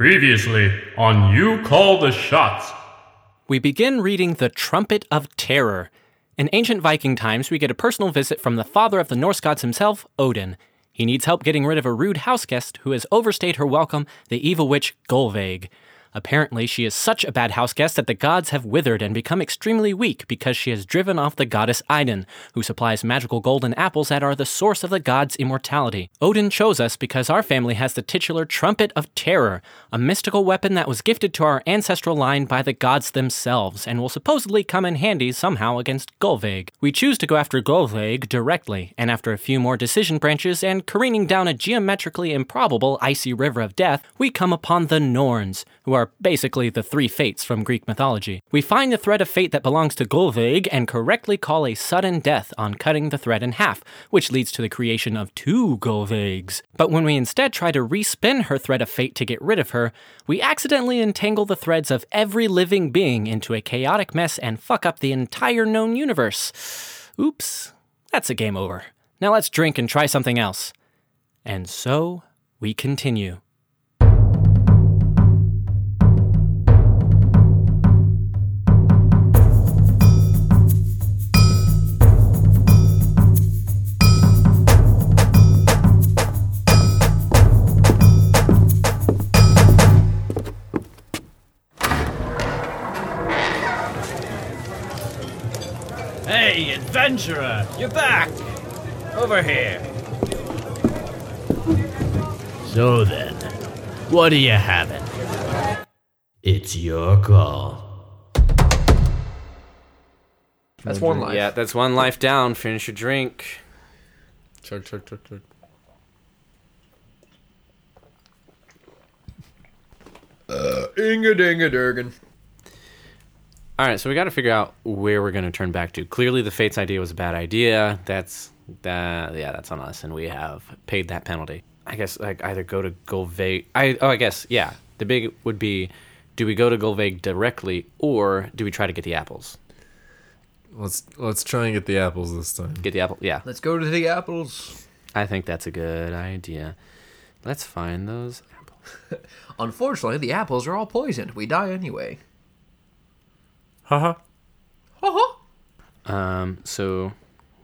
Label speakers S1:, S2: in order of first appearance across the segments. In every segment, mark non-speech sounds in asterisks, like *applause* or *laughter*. S1: Previously on You Call the Shots.
S2: We begin reading The Trumpet of Terror. In ancient Viking times, we get a personal visit from the father of the Norse gods himself, Odin. He needs help getting rid of a rude houseguest who has overstayed her welcome, the evil witch Golvaig. Apparently, she is such a bad houseguest that the gods have withered and become extremely weak because she has driven off the goddess Idun, who supplies magical golden apples that are the source of the god's immortality. Odin chose us because our family has the titular Trumpet of Terror, a mystical weapon that was gifted to our ancestral line by the gods themselves and will supposedly come in handy somehow against Golvaig. We choose to go after Golvaig directly, and after a few more decision branches and careening down a geometrically improbable icy river of death, we come upon the Norns, who are basically the three fates from Greek mythology. We find the thread of fate that belongs to Golvaig and correctly call a sudden death on cutting the thread in half, which leads to the creation of two Golvaigs. But when we instead try to respin her thread of fate to get rid of her, we accidentally entangle the threads of every living being into a chaotic mess and fuck up the entire known universe. Oops, that's a game over. Now let's drink and try something else. And so we continue.
S3: Hey, adventurer, you're back! Over here. So then, what are you having? It's your call.
S4: That's one life.
S2: Yeah, that's one life down. Finish your drink.
S4: Chug, chug, chug, chug. Uh, Inga dinga durgan.
S2: All right, so we got to figure out where we're going to turn back to. Clearly, the Fates idea was a bad idea. That's that. Yeah, that's on us, and we have paid that penalty. I guess like either go to Golvaig. I oh, I guess yeah. The big would be, do we go to Golvaig directly, or do we try to get the apples?
S5: Let's let's try and get the apples this time.
S2: Get the apple. Yeah,
S4: Let's go to the apples.
S2: I think that's a good idea. Let's find those apples.
S4: Unfortunately, the apples are all poisoned. We die anyway.
S5: Haha.
S4: Uh-huh.
S2: Um, so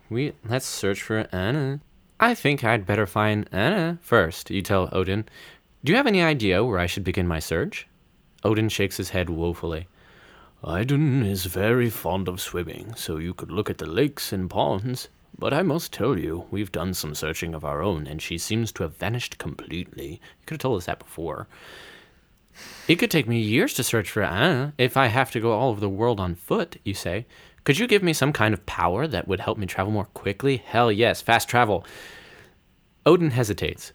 S2: we let's search for Anna. I think I'd better find Anna first. You tell Odin. Do you have any idea where I should begin my search? Odin shakes his head woefully.
S3: Idun is very fond of swimming, so you could look at the lakes and ponds. But I must tell you, we've done some searching of our own, and she seems to have vanished completely.
S2: You could have told us that before. It could take me years to search for Anna if I have to go all over the world on foot, you say. Could you give me some kind of power that would help me travel more quickly? Hell yes, fast travel. Odin hesitates.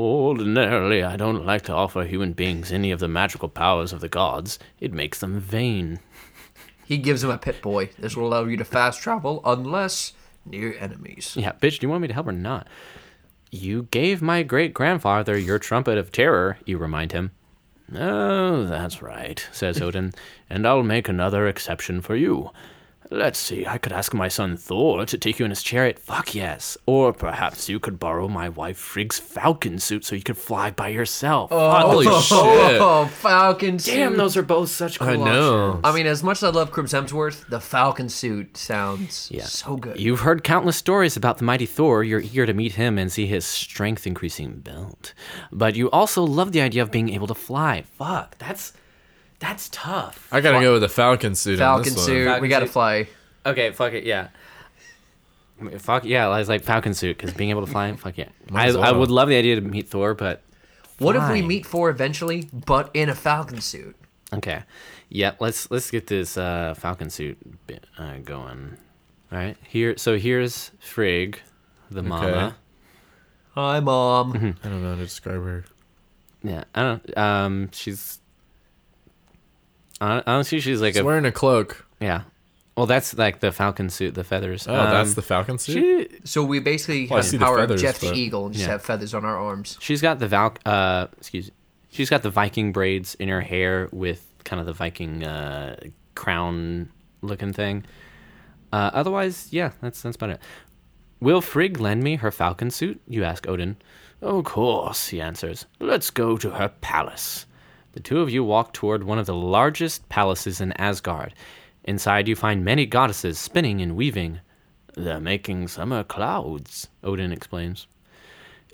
S3: Ordinarily, I don't like to offer human beings any of the magical powers of the gods. It makes them vain.
S4: He gives him a pit boy. This will allow you to fast travel unless near
S2: *laughs*
S4: enemies. *laughs*
S2: Yeah, bitch, do you want me to help or not? You gave my great grandfather your trumpet of terror, you remind him.
S3: Oh, that's right, says *laughs* Odin, and I'll make another exception for you. Let's see, I could ask my son Thor to take you in his chariot. Fuck yes. Or perhaps you could borrow my wife Frigg's falcon suit so you could fly by yourself.
S5: Holy shit!
S4: Oh, Falcon suit.
S3: Oh. Damn, those are both such cool
S5: I know.
S4: I mean, as much as I love Cribbs Hemsworth, the Falcon suit sounds so good.
S2: You've heard countless stories about the mighty Thor. You're eager to meet him and see his strength increasing belt. But you also love the idea of being able to fly. Fuck, that's that's tough.
S5: I gotta go with the Falcon suit. on
S4: Falcon
S5: this
S4: suit.
S5: One.
S2: Falcon
S4: we gotta
S2: suit.
S4: fly.
S2: Okay, fuck it, yeah. I mean, Fuck yeah, I was like Falcon suit because being able to fly, fuck yeah.
S5: *laughs* Might
S2: I,
S5: as
S2: I
S5: well.
S2: would love the idea to meet Thor, but
S4: What if we
S2: Fine.
S4: meet for eventually, but in a Falcon suit?
S2: Okay. Yeah, let's let's get this uh, Falcon suit bit, uh, going. All right. Here so here's Frigg, the mama.
S4: Hi,
S2: Mm-hmm.
S4: mom.
S5: I don't know how to describe her.
S2: Yeah. I don't um she's hon- honestly she's like
S5: She's
S2: a
S5: wearing a cloak.
S2: yeah. Well, that's like the Falcon suit, the feathers. Um,
S5: Oh, that's the Falcon suit.
S2: she,
S4: So we basically
S5: Well, I
S4: have
S5: see
S4: the
S5: the
S4: power
S5: feathers,
S4: of Jeff the
S5: but-
S4: Eagle and just
S2: yeah.
S4: have feathers on our arms.
S2: She's got the Val uh excuse She's got the Viking braids in her hair with kind of the Viking uh crown looking thing. Uh otherwise, yeah, that's that's about it. Will Frigg lend me her falcon suit? You ask Odin.
S3: Of course, he answers. Let's go to her palace.
S2: The two of you walk toward one of the largest palaces in Asgard. Inside, you find many goddesses spinning and weaving. They're making summer clouds, Odin explains.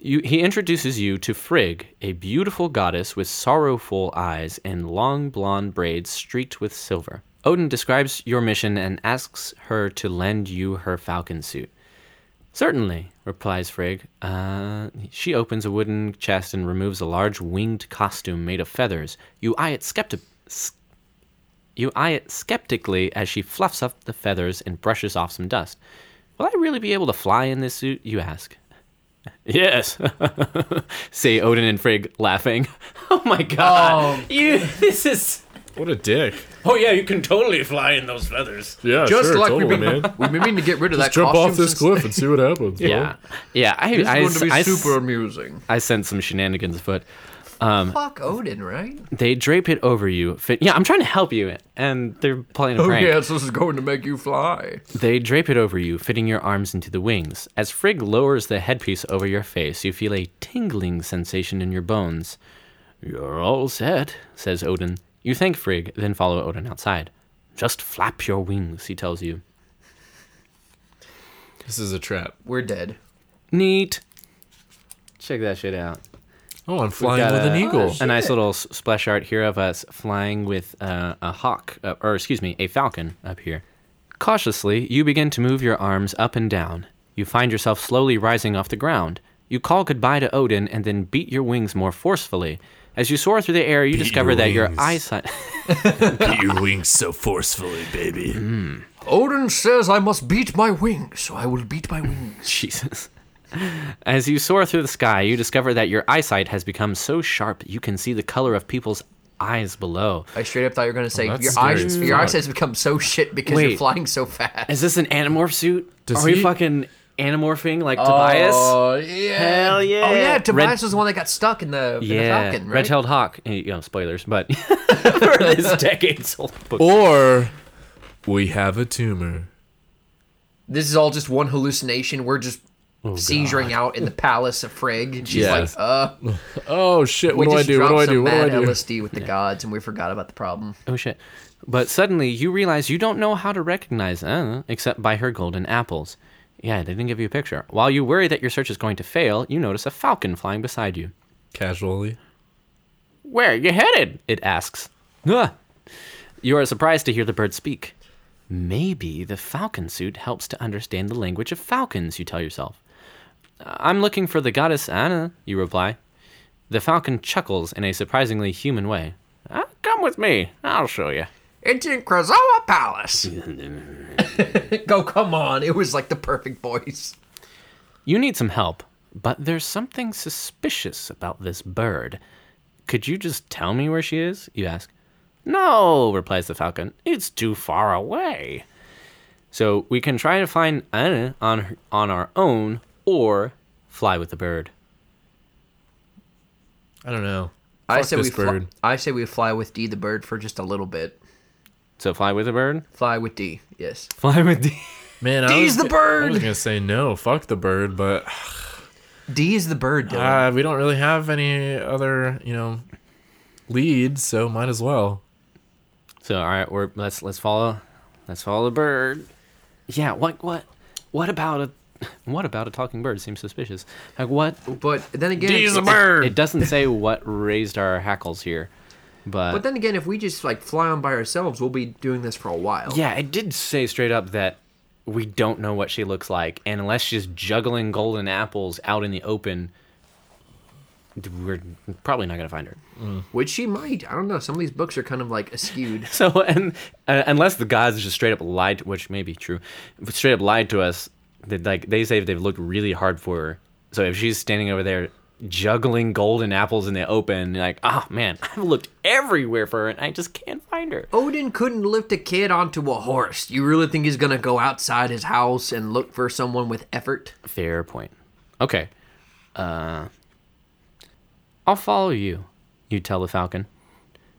S2: You, he introduces you to Frigg, a beautiful goddess with sorrowful eyes and long blonde braids streaked with silver. Odin describes your mission and asks her to lend you her falcon suit. Certainly, replies Frigg. Uh, she opens a wooden chest and removes a large winged costume made of feathers. You eye it skepti- s- you eye it skeptically as she fluffs up the feathers and brushes off some dust. Will I really be able to fly in this suit? You ask. Yes, *laughs* say Odin and Frigg, laughing. *laughs* Oh my god! You, this is.
S5: What a dick.
S2: Oh yeah, you can totally fly in those feathers.
S5: Yeah,
S4: Just
S5: sure,
S4: like
S5: totally,
S4: we've been,
S5: man.
S4: *laughs* we've been meaning to get rid of that
S5: Jump
S4: costume.
S5: off this
S4: since-
S5: cliff and see what happens. bro.
S2: Yeah, yeah. I,
S4: This is
S2: I,
S4: going to be
S2: I-
S4: super amusing.
S2: I sense some shenanigans afoot.
S5: Um,
S4: Fuck Odin, right?
S5: Oh,
S2: They drape it over you. Fi- Yeah, I'm trying to help you, and they're playing a
S4: Oh
S2: prank.
S4: yes, this is going to make you fly.
S2: They drape it over you, fitting your arms into the wings. As Frigg lowers the headpiece over your face, you feel a tingling sensation in your bones. You're all set, says Odin. You thank Frigg, then follow Odin outside. Just flap your wings, he tells you.
S5: This is a trap.
S4: We're dead.
S2: Neat. Check that shit out.
S5: Oh, I'm flying
S2: got
S5: with an
S2: a-
S5: eagle.
S2: a nice little s- splash art here of us flying with uh, a hawk, uh, or excuse me, a falcon up here. Cautiously, you begin to move your arms up and down. You find yourself slowly rising off the ground. You call goodbye to Odin and then beat your wings more forcefully. As you soar through the air, you discover
S5: your
S2: that your
S5: wings.
S2: eyesight. *laughs*
S5: your wings so forcefully, baby.
S4: Odin says I must beat my wings, so I will beat my wings.
S2: Jesus. As you soar through the sky, you discover that your eyesight has become so sharp you can see the color of people's eyes below.
S4: I straight up thought you were going to say
S5: Oh, that's
S4: your
S5: scary
S4: eyes,
S5: as
S4: your
S5: fuck.
S4: eyesight's become so shit because
S2: Wait.
S4: you're flying so fast.
S2: Is this an anamorph suit? Are
S5: Does
S2: we
S5: he-
S2: fucking anamorphing like Tobias?
S4: Oh yeah.
S2: Hell yeah.
S4: Oh yeah,
S2: Red-
S4: Tobias was the one that got stuck in the, in the
S2: yeah,
S4: Falcon, right?
S2: red-tailed hawk. Eh, You know, spoilers, but *laughs*
S4: *laughs*
S2: for this decade's old
S5: Oh,
S2: book.
S5: Or we have a tumor.
S4: this is all just one hallucination. We're just seizuring out in the palace of Frigg. And she's
S5: Oh, Yes.
S4: like, uh,
S5: Oh shit! What
S4: we
S5: do I
S4: just
S5: do? What
S4: dropped
S5: do I
S4: some
S5: do? What do I
S4: mad
S5: do?
S4: LSD with the gods and we forgot about the problem.
S2: Oh shit! But suddenly you realize you don't know how to recognize Anna except by her golden apples. Yeah, they didn't give you a picture. While you worry that your search is going to fail, you notice a falcon flying beside you.
S5: Casually.
S2: Where are you headed? It asks. "Ah." You are surprised to hear the bird speak. Maybe the falcon suit helps to understand the language of falcons, you tell yourself. Uh, I'm looking for the goddess Anna, you reply. The falcon chuckles in a surprisingly human way. "Ah, come with me. I'll show you.
S4: It's in Krazoa
S5: *laughs*
S4: Palace. Go, come on. It was like the perfect voice.
S2: You need some help, but there's something suspicious about this bird. Could you just tell me where she is? You ask. No, replies the falcon. It's too far away. So we can try to find Anna on her- on our own or fly with the bird.
S5: I don't know.
S4: I
S5: Fuck
S4: say
S5: this
S4: we fly,
S5: bird.
S4: I say we fly with D the bird for just a little bit.
S2: So fly with the bird.
S4: Fly with D, yes.
S2: *laughs* Fly with the.
S5: Man, I
S4: D's
S5: was,
S4: the
S5: g- I
S4: bird!
S5: was gonna say no, fuck the bird, but
S4: D is the bird, Dylan.
S5: uh, we don't really have any other, you know, leads, so might as well.
S2: *laughs* So all right, we're let's let's follow, let's follow the bird. Yeah. What what what about a *laughs* what about a talking bird? Seems suspicious. Like what
S4: but then again,
S5: D's the
S4: it-
S5: bird.
S2: It doesn't say what raised our hackles here, but,
S4: But then again, if we just like fly on by ourselves, we'll be doing this for a while.
S2: yeah, it did say straight up that we don't know what she looks like, and unless she's juggling golden apples out in the open, d- we're probably not gonna find her. *laughs*
S4: Which she might. I don't know. Some of these books are kind of like askewed.
S2: So, and uh, unless the gods just straight up lied, which may be true, but straight up lied to us, that like they say they've looked really hard for her. So if she's standing over there juggling golden apples in the open, like, oh man, *laughs* I've looked everywhere for her and I just can't find her.
S4: Odin couldn't lift a kid onto a horse. You really think he's gonna go outside his house and look for someone with effort?
S2: Fair point. Okay. Uh, I'll follow you, you tell the falcon.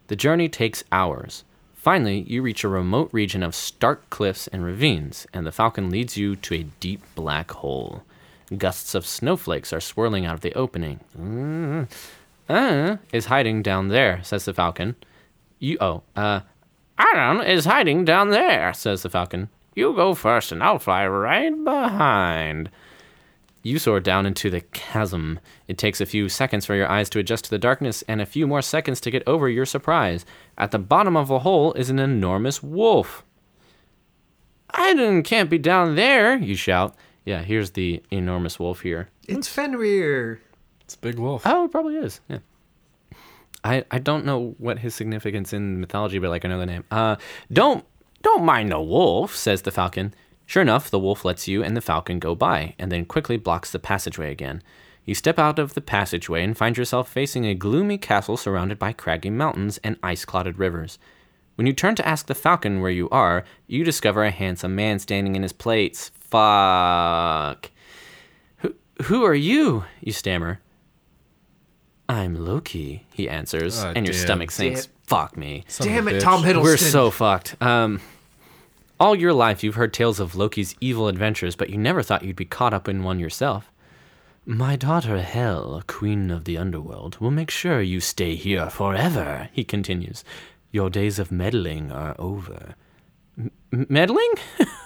S2: The journey takes hours. Finally, you reach a remote region of stark cliffs and ravines, and the falcon leads you to a deep black hole. Gusts of snowflakes are swirling out of the opening. Mm. uh, is hiding down there, says the falcon. You, oh, uh, Iron is hiding down there, says the falcon. You go first and I'll fly right behind. You soar down into the chasm. It takes a few seconds for your eyes to adjust to the darkness and a few more seconds to get over your surprise. At the bottom of the hole is an enormous wolf. Iron can't be down there, you shout. Yeah, here's the enormous wolf here.
S4: It's
S5: Hmm?
S4: Fenrir.
S5: It's a big
S4: Uh,
S5: wolf.
S2: Oh, it probably is. Yeah. I I don't know what his significance in mythology, but like I know the name. Uh, don't don't mind the wolf, says the falcon. Sure enough, the wolf lets you and the falcon go by, and then quickly blocks the passageway again. You step out of the passageway and find yourself facing a gloomy castle surrounded by craggy mountains and ice clotted rivers. When you turn to ask the falcon where you are, you discover a handsome man standing in his plates. Fuck. Who, who are you? You stammer. I'm Loki, he answers,
S5: Ah,
S2: and your
S5: damn.
S2: stomach sinks.
S4: Damn.
S2: Fuck me.
S5: Son of
S4: Damn
S5: a
S4: it,
S5: bitch.
S4: Tom Hiddleston.
S2: We're so fucked. Um, all your life, you've heard tales of Loki's evil adventures, but you never thought you'd be caught up in one yourself. My daughter Hel, queen of the underworld, will make sure you stay here forever, he continues. Your days of meddling are over. M- meddling?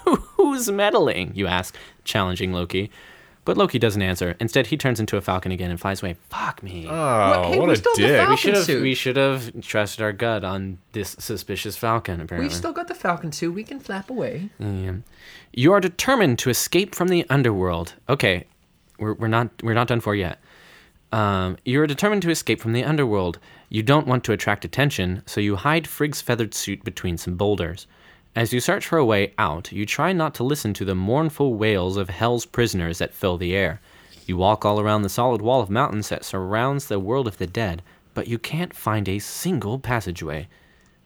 S2: *laughs* Who's meddling? You ask, challenging Loki. But Loki doesn't answer. Instead, he turns into a falcon again and flies away. Fuck me.
S5: Oh,
S4: Hey,
S5: what
S4: we
S5: a
S4: still have the
S5: dick.
S4: falcon.
S5: We
S2: We should have
S4: suit.
S2: we should have trusted our gut on this suspicious falcon. Apparently,
S4: We've still got the Falcon suit. We can flap away.
S2: Yeah. You are determined to escape from the underworld. Okay, we're, we're not we're not done for yet. Um, you are determined to escape from the underworld. You don't want to attract attention, so you hide Frigg's feathered suit between some boulders. As you search for a way out, you try not to listen to the mournful wails of hell's prisoners that fill the air. You walk all around the solid wall of mountains that surrounds the world of the dead, but you can't find a single passageway.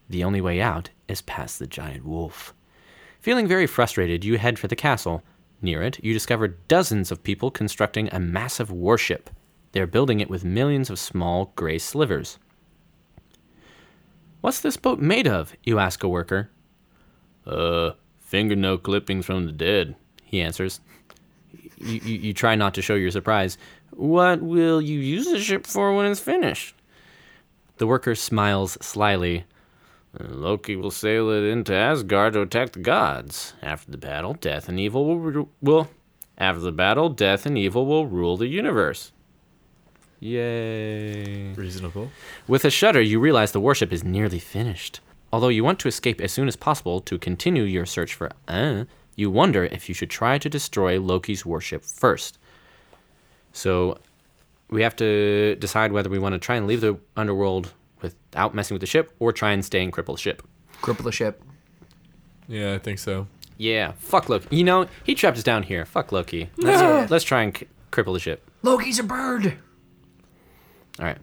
S2: The only way out is past the giant wolf. Feeling very frustrated, you head for the castle. Near it, you discover dozens of people constructing a massive warship. They're building it with millions of small gray slivers. What's this boat made of? you ask a worker. Uh, fingernail clippings from the dead, he answers. You, you, you try not to show your surprise. What will you use the ship for when it's finished? The worker smiles slyly. Loki will sail it into Asgard to attack the gods. After the battle, death and evil will, ru- will after the battle, death and evil will rule the universe. Yay.
S5: Reasonable.
S2: With a shudder, you realize the warship is nearly finished. Although you want to escape as soon as possible to continue your search for uh, you wonder if you should try to destroy Loki's warship first. So we have to decide whether we want to try and leave the underworld without messing with the ship or try and stay and cripple the ship.
S4: Cripple the ship.
S5: Yeah, I think so.
S2: Yeah, fuck Loki. You know, he trapped us down here. Fuck Loki. Let's,
S4: Yeah.
S2: let's try and c- cripple the ship.
S4: Loki's a bird.
S2: All right.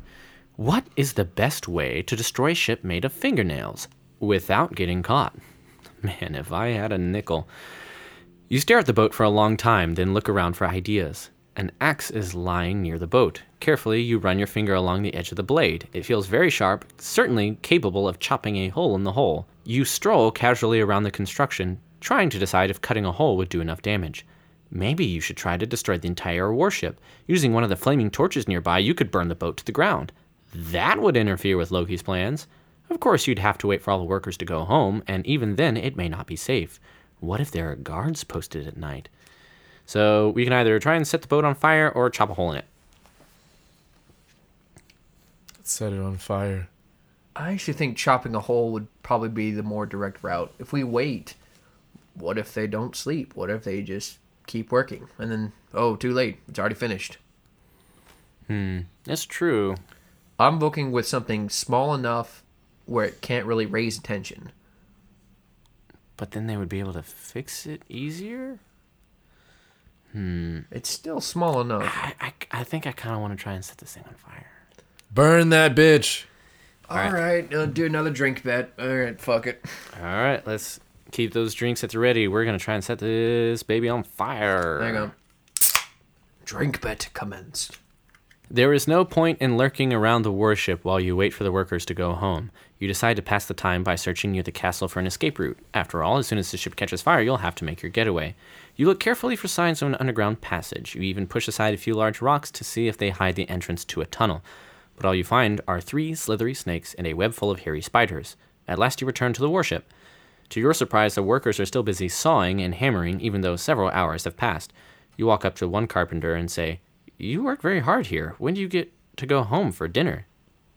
S2: What is the best way to destroy a ship made of fingernails without getting caught? *laughs* Man, if I had a nickel. You stare at the boat for a long time, then look around for ideas. An axe is lying near the boat. Carefully, you run your finger along the edge of the blade. It feels very sharp, certainly capable of chopping a hole in the hull. You stroll casually around the construction, trying to decide if cutting a hole would do enough damage. Maybe you should try to destroy the entire warship. Using one of the flaming torches nearby, you could burn the boat to the ground. That would interfere with Loki's plans. Of course, you'd have to wait for all the workers to go home, and even then, it may not be safe. What if there are guards posted at night? So we can either try and set the boat on fire or chop a hole in it.
S5: Set it on fire.
S4: I actually think chopping a hole would probably be the more direct route. If we wait, what if they don't sleep? What if they just keep working? And then, oh, too late. It's already finished.
S2: That's true.
S4: I'm looking with something small enough where it can't really raise attention.
S2: But then they would be able to fix it easier?
S4: It's still small enough.
S2: I, I, I think I kind of want to try and set this thing on fire.
S5: Burn that bitch.
S4: All right, I'll do another drink bet. All right, fuck it.
S2: All right, let's keep those drinks at the ready. We're going to try and set this baby on fire.
S4: There you go. Drink bet commenced.
S2: There is no point in lurking around the warship while you wait for the workers to go home. You decide to pass the time by searching near the castle for an escape route. After all, as soon as the ship catches fire, you'll have to make your getaway. You look carefully for signs of an underground passage. You even push aside a few large rocks to see if they hide the entrance to a tunnel. but all you find are three slithery snakes and a web full of hairy spiders. At last you return to the warship. To your surprise, the workers are still busy sawing and hammering, even though several hours have passed. You walk up to one carpenter and say, You work very hard here. When do you get to go home for dinner?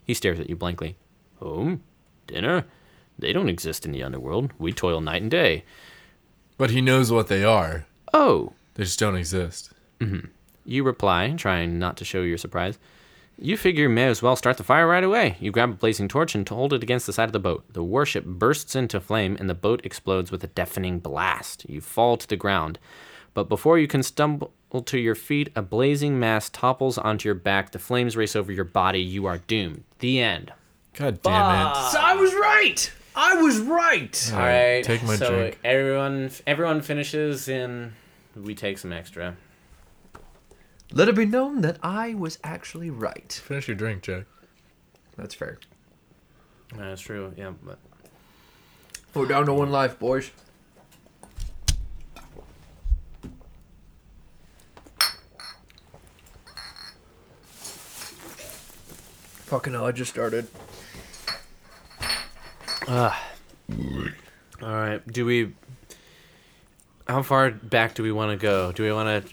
S2: He stares at you blankly. Home? Dinner? They don't exist in the underworld. We toil night and day.
S5: But he knows what they are.
S2: Oh,
S5: They just don't exist.
S2: You reply, trying not to show your surprise. You figure may as well start the fire right away. You grab a blazing torch and hold it against the side of the boat. The warship bursts into flame and the boat explodes with a deafening blast. You fall to the ground. But before you can stumble to your feet, a blazing mass topples onto your back. The flames race over your body. You are doomed. The end.
S5: God damn it.
S4: So I was right. I was right.
S5: All right, Take my
S2: so
S5: drink.
S2: everyone everyone finishes and we take some extra.
S4: Let it be known that I was actually right.
S5: Finish your drink, Jack.
S4: That's fair.
S2: That's true. Yeah, but
S4: We're down to one life, boys. Fucking hell, I just started.
S2: All right. Do we? How far back do we want to go? Do we want to?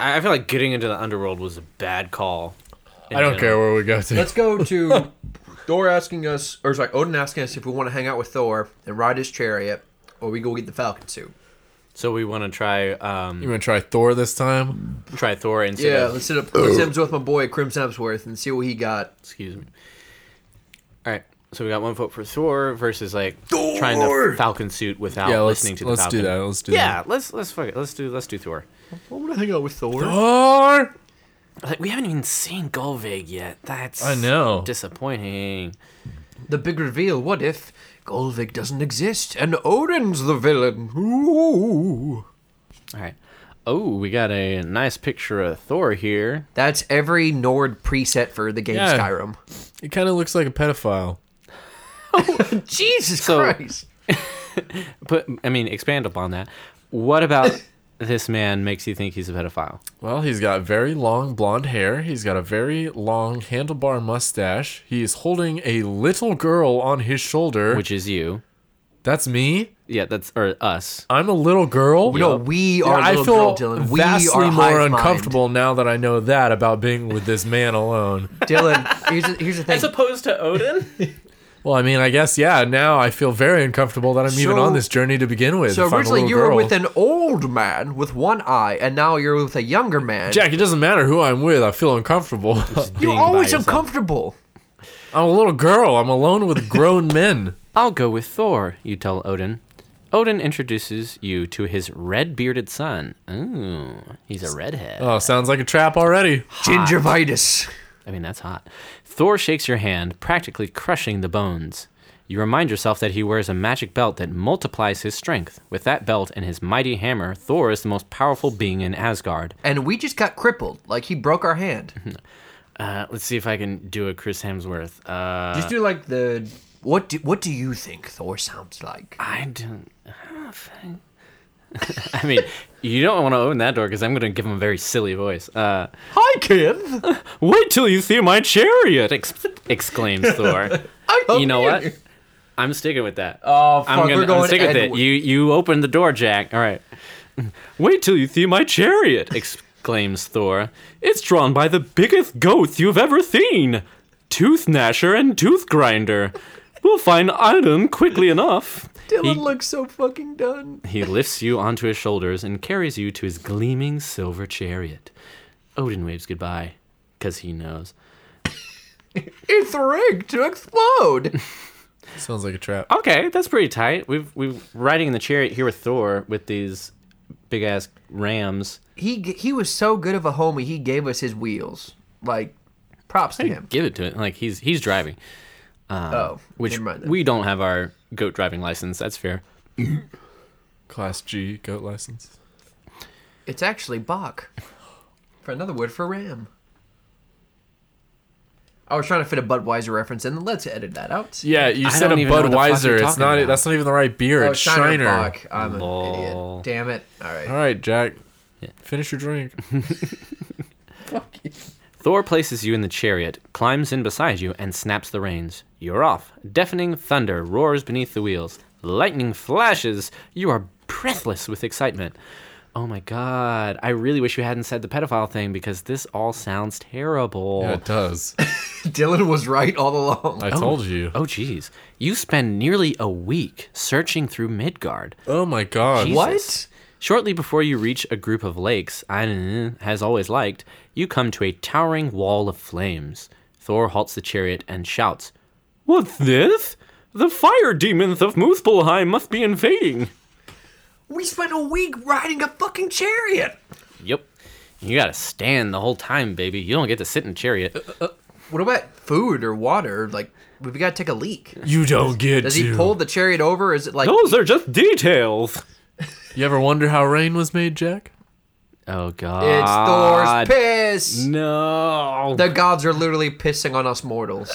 S2: I I feel like getting into the underworld was a bad call.
S5: I don't care where we go to.
S4: Let's go *laughs* to Thor asking us, or sorry, Odin asking us if we want to hang out with Thor and ride his chariot, or we go get the falcon suit.
S2: So we want to try
S5: you
S2: um
S5: want to try Thor this time?
S2: try Thor instead.
S4: Yeah,
S2: of-
S4: let's sit up. Let's
S5: Oh.
S4: hit up with my boy Crimson Hemsworth and see what he got.
S2: excuse me. All right. So we got one vote for Thor versus like trying the Falcon suit without
S5: yeah, let's,
S2: listening to the
S5: let's
S2: Falcon.
S5: do that. Let's do
S2: Yeah,
S5: that.
S2: let's let's fuck it. Let's do let's do Thor.
S4: I want to hang out with Thor.
S5: Oh. Thor!
S2: Like, we haven't even seen Golvig yet. That's
S5: I know.
S2: disappointing.
S4: The big reveal. What if Golvik doesn't exist and Odin's the villain? Ooh.
S2: All right. Oh, we got a nice picture of Thor here.
S4: That's every Nord preset for the game
S5: Yeah.
S4: Skyrim.
S5: It kind of looks like a pedophile.
S4: Jesus
S2: So-
S4: Christ.
S2: But I mean, expand upon that. What about this man makes you think he's a pedophile?
S5: Well, he's got very long blonde hair. He's got a very long handlebar mustache. He is holding a little girl on his shoulder.
S2: Which is you?
S5: that's me.
S2: Yeah, that's or us.
S5: I'm a little girl.
S4: No, we are
S5: I
S4: little
S5: feel
S4: girl, Dylan. We
S5: vastly
S4: are
S5: more
S4: hive mind.
S5: uncomfortable now that I know that about being with this
S4: *laughs*
S5: man alone.
S4: Dylan, here's the,
S5: *laughs*
S4: here's the thing.
S2: opposed to Odin.
S5: Well, I mean, I guess yeah. Now I feel very uncomfortable that I'm even
S4: So-
S5: on this journey to begin with.
S4: so
S5: if I'm a
S4: originally
S5: little
S4: you were
S5: girl.
S4: with an old man with one eye, and now you're with a younger man.
S5: Jack. It doesn't matter who I'm with. I feel uncomfortable.
S4: you're always uncomfortable.
S5: I'm a little girl. I'm alone with grown men.
S2: *laughs* I'll go with Thor. You tell Odin. Odin introduces you to his red-bearded son. Ooh, he's a redhead.
S5: Oh, sounds like a trap already.
S4: Gingivitis.
S2: I mean, that's hot. Thor shakes your hand, practically crushing the bones. You remind yourself that he wears a magic belt that multiplies his strength. With that belt and his mighty hammer, Thor is the most powerful being in Asgard.
S4: And we just got crippled. Like, he broke our hand.
S2: *laughs* Uh, let's see if I can do a Chris Hemsworth. Uh,
S4: just do, like, the... What do, what do you think Thor sounds like?
S2: I don't. *laughs* I mean, you don't want to open that door because I'm going to give him a very silly voice. Uh,
S4: Hi, kid.
S2: Wait till you see my chariot! Ex- exclaims Thor.
S4: I'm
S2: you know
S4: here.
S2: what? I'm sticking with that.
S4: Oh, fuck,
S2: I'm gonna,
S4: we're
S2: I'm
S4: going
S2: sticking with it.
S4: Edward.
S2: You you opened the door, Jack. All right. *laughs* Wait till you see my chariot! exclaims Thor. It's drawn by the biggest goats you've ever seen, Tooth Gnasher and Tooth Grinder. We'll find Odin quickly enough.
S4: Dylan
S2: He-
S4: looks so fucking done.
S2: He lifts you onto his shoulders and carries you to his gleaming silver chariot. Odin waves goodbye, because he knows.
S4: It's rigged to explode.
S5: Sounds like a trap.
S2: Okay, that's pretty tight. We've we've riding in the chariot here with Thor with these big ass rams.
S4: he g- he was so good of a homie. He gave us his wheels. Like, props to him.
S2: Give it to it. Like he's he's driving,
S4: oh,
S2: uh, which
S4: never mind then.
S2: we don't have our goat driving license. That's fair.
S5: Class G goat license.
S4: It's actually Bach. For another word for ram. I was trying to fit a Budweiser reference in. Let's edit that out.
S5: Yeah, you
S2: I
S5: said a
S2: don't even know what the fuck you're
S5: Budweiser. It's
S2: talking
S5: not. e,
S2: about.
S5: That's not even the right beer.
S4: Oh,
S5: it's
S4: Shiner,
S5: Shiner.
S4: Bach. I'm an
S2: Lol.
S4: idiot. Damn it. All
S2: *laughs*
S4: right. *laughs*
S5: All right, Jack. Finish your drink.
S2: Thor places you in the chariot, climbs in beside you, and snaps the reins. You're off. Deafening thunder roars beneath the wheels. Lightning flashes. You are breathless with excitement. Oh my god. I really wish you hadn't said the pedophile thing because this all sounds terrible.
S5: Yeah, it does.
S4: Dylan was right all along.
S5: I told you.
S2: Oh jeez. You spend nearly a week searching through Midgard.
S5: Oh my god.
S2: Jesus. Shortly before you reach a group of lakes Einar has always liked, you come to a towering wall of flames. Thor halts the chariot and shouts, What's this? The fire demons of Muspelheim must be invading.
S4: We spent a week riding a fucking chariot.
S2: Yep. You gotta stand the whole time, baby. You don't get to sit in chariot.
S4: What about food or water? Like, we've got to take a leak.
S5: You don't get
S4: Does he pull the chariot over? Is it like
S2: Those are just details.
S5: You ever wonder how rain was made, Jack?
S2: Oh god.
S4: it's Thor's piss?
S2: No.
S4: The gods are literally pissing on us mortals.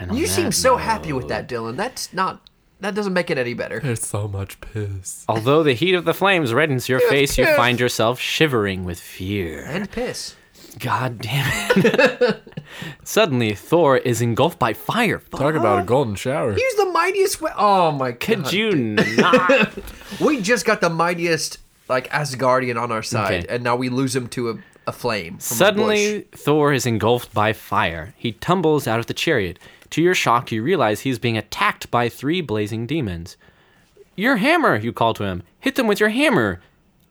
S2: And on
S4: you seem
S2: that
S4: so
S2: note-
S4: happy with that, Dylan. That's not. That doesn't make it any better.
S5: There's so much piss.
S2: Although the heat of the flames reddens your face, you
S4: pissed.
S2: find yourself shivering with fear.
S4: And piss.
S2: God damn it. *laughs* Suddenly, Thor is engulfed by fire. Fuck,
S5: Talk about a golden shower.
S4: He's the mightiest. We- oh my god!
S2: Could you not?
S4: We just got the mightiest like Asgardian on our side,
S2: Okay.
S4: and now we lose him to a, a flame. from a bush.
S2: Suddenly, Thor is engulfed by fire. He tumbles out of the chariot. To your shock, you realize he's being attacked by three blazing demons. Your hammer, you call to him. Hit them with your hammer,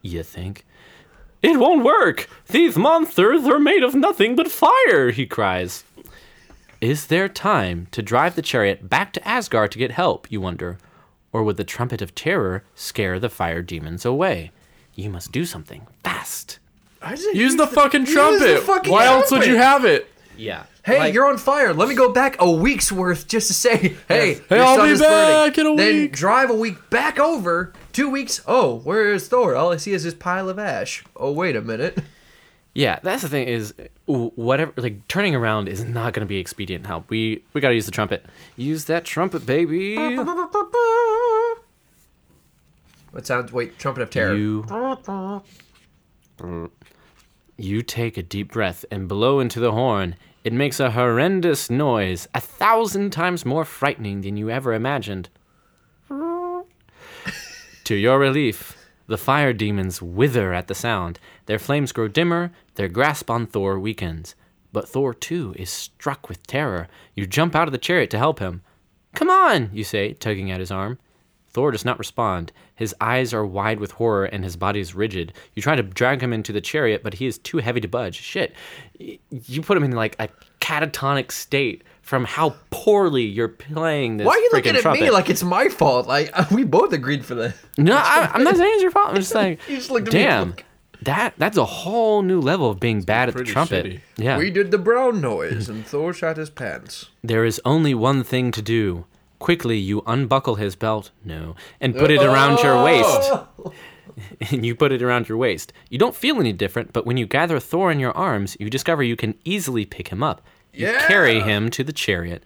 S2: you think. It won't work. These monsters are made of nothing but fire, he cries. Is there time to drive the chariot back to Asgard to get help, you wonder? Or would the trumpet of terror scare the fire demons away? You must do something fast.
S5: Use the fucking trumpet.
S4: Use the fucking
S5: Why else would you
S4: trumpet.
S5: have it?
S2: Yeah.
S4: Hey,
S2: Like-
S4: you're on fire. Let me go back a week's worth just to say, hey,
S5: Hey,
S4: your
S5: I'll
S4: sun
S5: be
S4: is burning.
S5: back in a
S4: Then
S5: week.
S4: drive a week back over. Two weeks. Oh, where is Thor? All I see is his pile of ash. Oh, wait a minute.
S2: Yeah, that's the thing is w- whatever like turning around is not going to be expedient help. We we got to use the trumpet. Use that trumpet, baby.
S4: What sounds? Wait, trumpet of terror.
S2: You You take a deep breath and blow into the horn. It makes a horrendous noise, a thousand times more frightening than you ever imagined. to your relief, the fire demons wither at the sound. Their flames grow dimmer, their grasp on Thor weakens. But Thor, too, is struck with terror. You jump out of the chariot to help him. Come on, you say, tugging at his arm. Thor does not respond. His eyes are wide with horror and his body is rigid. You try to drag him into the chariot, but he is too heavy to budge. Shit. Y- You put him in like a catatonic state from how poorly you're playing this.
S4: Why are you looking
S2: freaking
S4: at me
S2: trumpet.
S4: like it's my fault? Like *laughs* we both agreed for that.
S2: No, I, I'm not saying it's your fault. I'm just
S4: *laughs*
S2: like,
S4: You just looked at me
S2: damn,
S4: like-
S2: that that's a whole new level of being bad at the
S5: pretty
S2: trumpet.
S5: shitty.
S2: Yeah,
S4: We did the brown noise, and Thor shot his pants.
S2: there is only one thing to do. Quickly, you unbuckle his belt, no, and put it around your waist. *laughs* and you put it around your waist. You don't feel any different, but when you gather Thor in your arms, you discover you can easily pick him up. You
S4: Yeah!
S2: carry him to the chariot.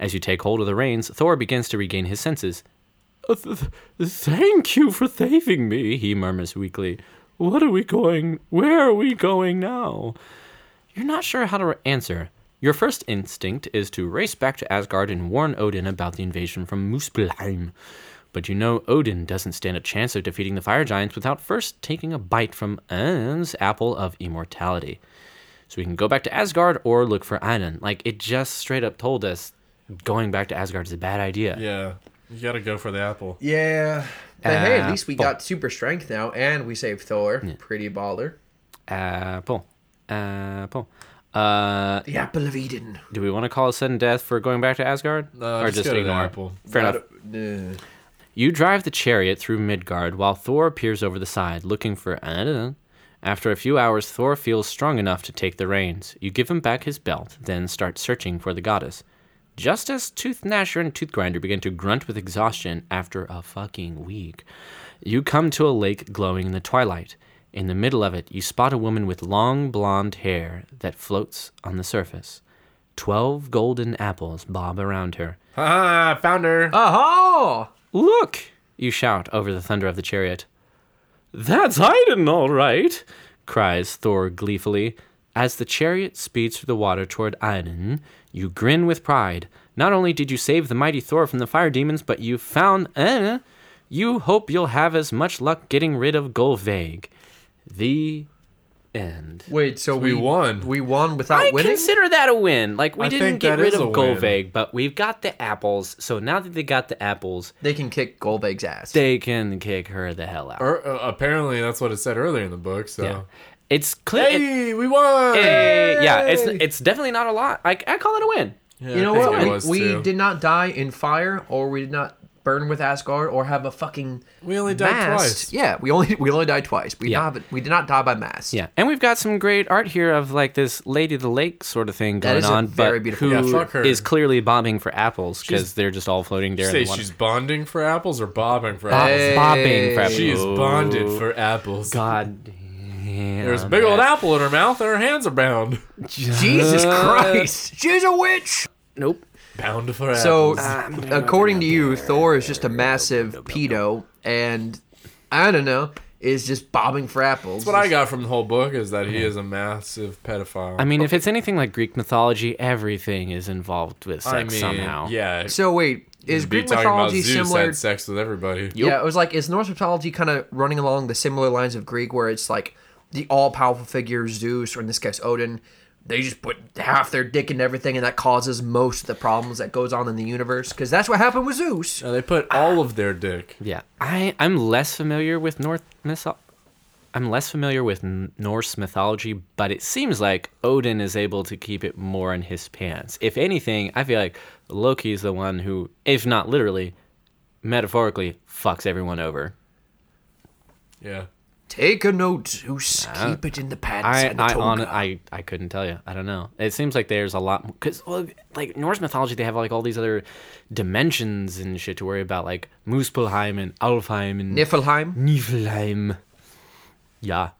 S2: As you take hold of the reins, Thor begins to regain his senses. "Uh, th- th- Thank you for saving me, he murmurs weakly. What are we going? Where are we going now? You're not sure how to re- answer. Your first instinct is to race back to Asgard and warn Odin about the invasion from Muspelheim. But you know Odin doesn't stand a chance of defeating the fire giants without first taking a bite from An's apple of immortality. So we can go back to Asgard or look for Anan. Like it just straight up told us going back to Asgard is a bad idea.
S5: Yeah. You gotta go for the apple.
S4: Yeah. But hey, at
S2: Uh,
S4: least we
S2: fuck.
S4: got super strength now, and we saved Thor. Pretty baller.
S2: Apple. Apple. Uh,
S4: The apple of Eden.
S2: do we want to call a sudden death for going back to Asgard?
S5: No, Uh, just go to the apple.
S2: Fair
S4: Not
S2: enough.
S4: a- uh,
S2: You drive the chariot through Midgard while Thor peers over the side, looking for Anan. After a few hours, Thor feels strong enough to take the reins. You give him back his belt, then start searching for the goddess. Just as Tooth Gnasher and Tooth Grinder begin to grunt with exhaustion after a fucking week, you come to a lake glowing in the twilight. In the middle of it, you spot a woman with long blonde hair that floats on the surface. Twelve golden apples bob around her.
S5: Ah, found her.
S4: Aha!
S2: Look! You shout over the thunder of the chariot. That's Idun, all right, cries Thor gleefully. As the chariot speeds through the water toward Aenon, you grin with pride. Not only did you save the mighty Thor from the fire demons, but you found Aenon. You hope you'll have as much luck getting rid of Golvaig. The end.
S4: Wait, so
S5: we won.
S4: We won without
S2: I
S4: winning.
S2: consider that a win. Like we
S5: I
S2: didn't
S5: think
S2: get
S5: that
S2: rid of
S5: is a win.
S2: Golvaig, but we've got the apples. So now that they got the apples,
S4: they can kick Goldbag's ass.
S2: they can kick her the hell out.
S5: Or, uh, apparently, that's what it said earlier in the book. So,
S2: Yeah. It's clear.
S5: hey, we won!
S2: yeah, it's it's definitely not a lot. I, I call it a win.
S5: Yeah,
S4: you know
S5: I think
S4: what?
S5: it
S4: We,
S5: was,
S4: we
S5: too.
S4: did not die in fire, or we did not burn with Asgard, or have a fucking.
S5: We only died
S4: mast.
S5: twice.
S4: Yeah, we only we only died twice. We
S2: Yeah.
S4: not, we did not die by mass.
S2: Yeah, and we've got some great art here of like this Lady of the Lake sort of thing going
S4: is a
S2: on,
S4: very
S2: but
S4: beautiful-
S2: who
S5: Yeah, fuck her.
S2: is clearly bobbing for apples because they're just all floating there in
S5: Say
S2: the water.
S5: she's bonding for apples or bobbing for
S2: Bob-
S5: apples?
S2: bobbing for apples.
S5: She is bonded
S2: Oh,
S5: for apples.
S2: God.
S5: There's a big old
S2: apple.
S5: apple in her mouth and her hands are bound.
S4: Jesus Christ, she's a witch.
S2: Nope.
S5: Bound for
S4: So,
S5: apples.
S4: according to you, Thor is just a massive pedo, and I don't know, is just bobbing for apples.
S5: what I got from the whole book is that he is a massive pedophile.
S2: I mean, if it's anything like Greek mythology, everything is involved with sex
S5: I mean,
S2: somehow.
S5: yeah.
S4: So wait, is
S5: You'd be
S4: Greek
S5: talking about
S4: mythology
S5: Zeus
S4: similar?
S5: had sex with everybody.
S4: Yeah, it was like is Norse mythology kind of running along the similar lines of Greek, where it's like the all-powerful figure Zeus, or in this case Odin. They just put half their dick in everything, and that causes most of the problems that goes on in the universe. Because that's what happened with Zeus.
S5: No, they put all of their dick.
S2: Yeah, I I'm less familiar with North mytho- I'm less familiar with N- Norse mythology, but it seems like Odin is able to keep it more in his pants. If anything, I feel like Loki is the one who, if not literally, metaphorically, fucks everyone over.
S5: Yeah.
S4: Take a note, Zeus. Keep it in the pants
S2: I
S4: and the
S2: I,
S4: toga.
S2: on, I I couldn't tell you. I don't know. It seems like there's a lot because well, like Norse mythology, they have like all these other dimensions and shit to worry about, like Muspelheim and Alfheim and
S5: *laughs*
S4: Niflheim.
S2: Niflheim. Yeah.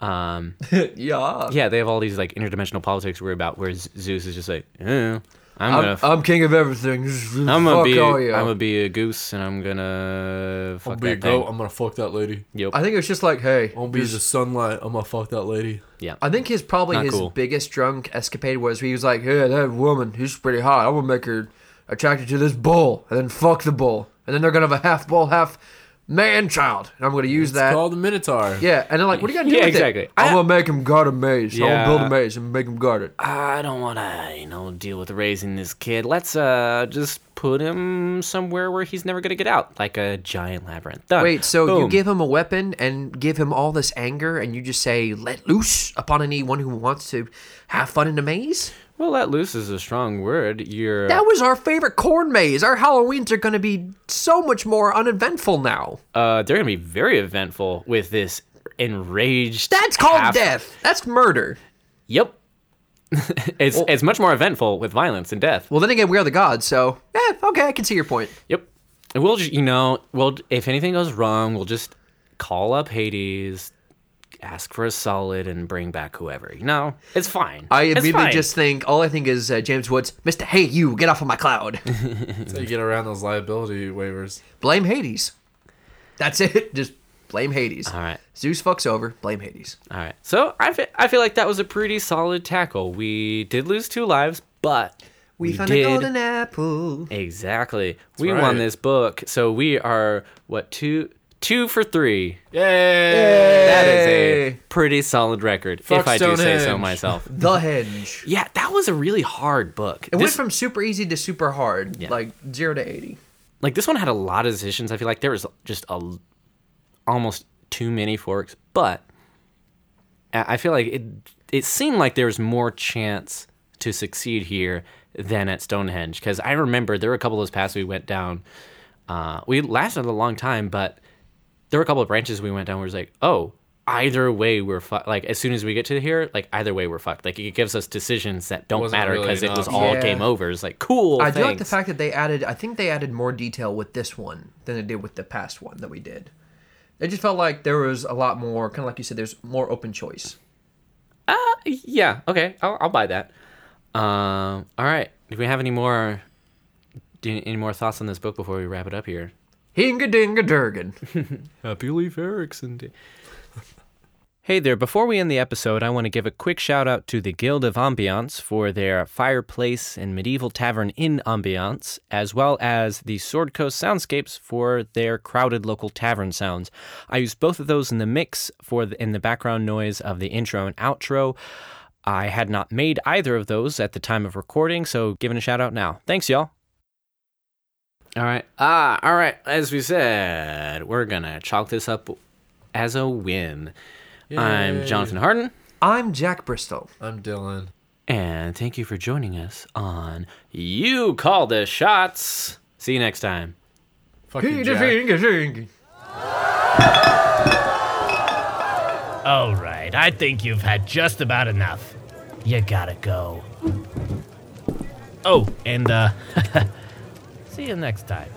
S2: Um,
S4: Yeah.
S2: yeah, they have all these like interdimensional politics to worry about, whereas Zeus is just like, eh, I'm
S4: I'm,
S2: gonna, f-
S4: I'm king of everything.
S2: I'm gonna
S4: Fuck
S2: be,
S4: all you.
S2: I'm gonna be a goose, and I'm gonna fuck
S5: I'll be a
S2: that
S5: goat.
S2: thing.
S5: I'm gonna fuck that lady.
S2: Yep.
S4: I think it was just like, hey,
S5: I'll be the sunlight. I'm gonna fuck that lady.
S2: yeah.
S4: I think his probably
S2: Not
S4: his
S2: cool.
S4: biggest drunk escapade was he was like, "Hey, that woman, she's pretty hot. I'm gonna make her attracted to this bull, and then fuck the bull, and then they're gonna have a half bull, half man child, and I'm gonna use that."
S5: Call the Minotaur.
S4: yeah, and they're like, "What are you gonna do
S2: Yeah,
S4: with
S2: exactly.
S4: it?" I'm
S2: I-
S4: gonna make him guard a maze.
S2: Yeah.
S4: I'm gonna build a maze and make him guard it.
S2: I don't want to, you know, deal with raising this kid. Let's uh just put him somewhere where he's never gonna get out, like a giant labyrinth. Done.
S4: Wait, so you
S2: Boom.
S4: give him a weapon and give him all this anger, and you just say, "Let loose" upon anyone who wants to have fun in a maze?
S2: Well, let loose is a strong word. You're
S4: That was our favorite corn maze. Our Halloweens are going to be so much more uneventful now.
S2: uh, they're gonna be very eventful with this enraged.
S4: That's called
S2: half-
S4: death. That's murder.
S2: Yep. *laughs* it's it's much more eventful with violence and death.
S4: Well, then again, we are the gods, so eh, okay, I can see your point.
S2: Yep. And We'll just, you know, well, if anything goes wrong, we'll just call up Hades, ask for a solid, and bring back whoever. You know, it's fine.
S4: I
S2: It's
S4: immediately
S2: fine.
S4: just think all I think is uh, James Woods, Mister. Hey, you get off of
S2: *laughs*
S4: my cloud.
S5: That's how you get around those liability waivers.
S4: blame Hades. That's it. *laughs* Just blame Hades.
S2: All right.
S4: Zeus fucks over. Blame Hades.
S2: All right. So I fe- I feel like that was a pretty solid tackle. We did lose two lives, but
S4: We, found
S2: did.
S4: a golden apple.
S2: Exactly. we
S5: right.
S2: won this book. So we are, what, two? Two for three.
S5: Yay!
S2: That is
S4: Yay.
S2: a pretty solid record,
S5: Fuck
S2: if I do say so
S5: Stonehenge.
S2: myself.
S4: The Henge.
S2: yeah, that was a really hard book.
S4: It went
S2: This-
S4: from super easy to super hard, like zero to eighty.
S2: like this one had a lot of decisions. I feel like there was just a almost too many forks, but I I feel like it it seemed like there was more chance to succeed here than at Stonehenge because I remember there were a couple of those paths we went down. Uh, we lasted a long time, but there were a couple of branches we went down where it's like, oh, either way we're fucked. Like as soon as we get to here, like either way we're fucked. Like it gives us decisions that don't
S5: Wasn't
S2: matter
S5: really
S2: because
S5: an
S2: it was
S5: option.
S2: all
S4: Yeah.
S2: game over. It's like cool.
S4: I do like the
S2: thanks.
S4: fact that they added. I think they added more detail with this one than they did with the past one that we did. It just felt like there was a lot more, kind of like you said, there's more open choice.
S2: Yeah. Okay. I'll, I'll buy that. Um. All right. Do we have any more? Do you- any more thoughts on this book before we wrap it up here?
S4: Hinga dinga durgan.
S2: Happy Leif Erikson. *laughs* Hey there, before we end the episode, I want to give a quick shout out to the Guild of Ambiance for their Fireplace and Medieval Tavern in Ambiance, as well as the Sword Coast Soundscapes for their crowded local tavern sounds. I use both of those in the mix for the, in the background noise of the intro and outro. I had not made either of those at the time of recording, so giving a shout out now. Thanks, y'all.
S6: All right. Ah, all right. As we said, we're going to chalk this up as a win. I'm Jonathan Harden,
S4: I'm Jack Bristol.
S5: I'm Dylan.
S6: and thank you for joining us on You Call the Shots. See you next time.
S5: Fucking Jack.
S3: All right, I think you've had just about enough. You gotta go. Oh, and uh, *laughs* see you next time.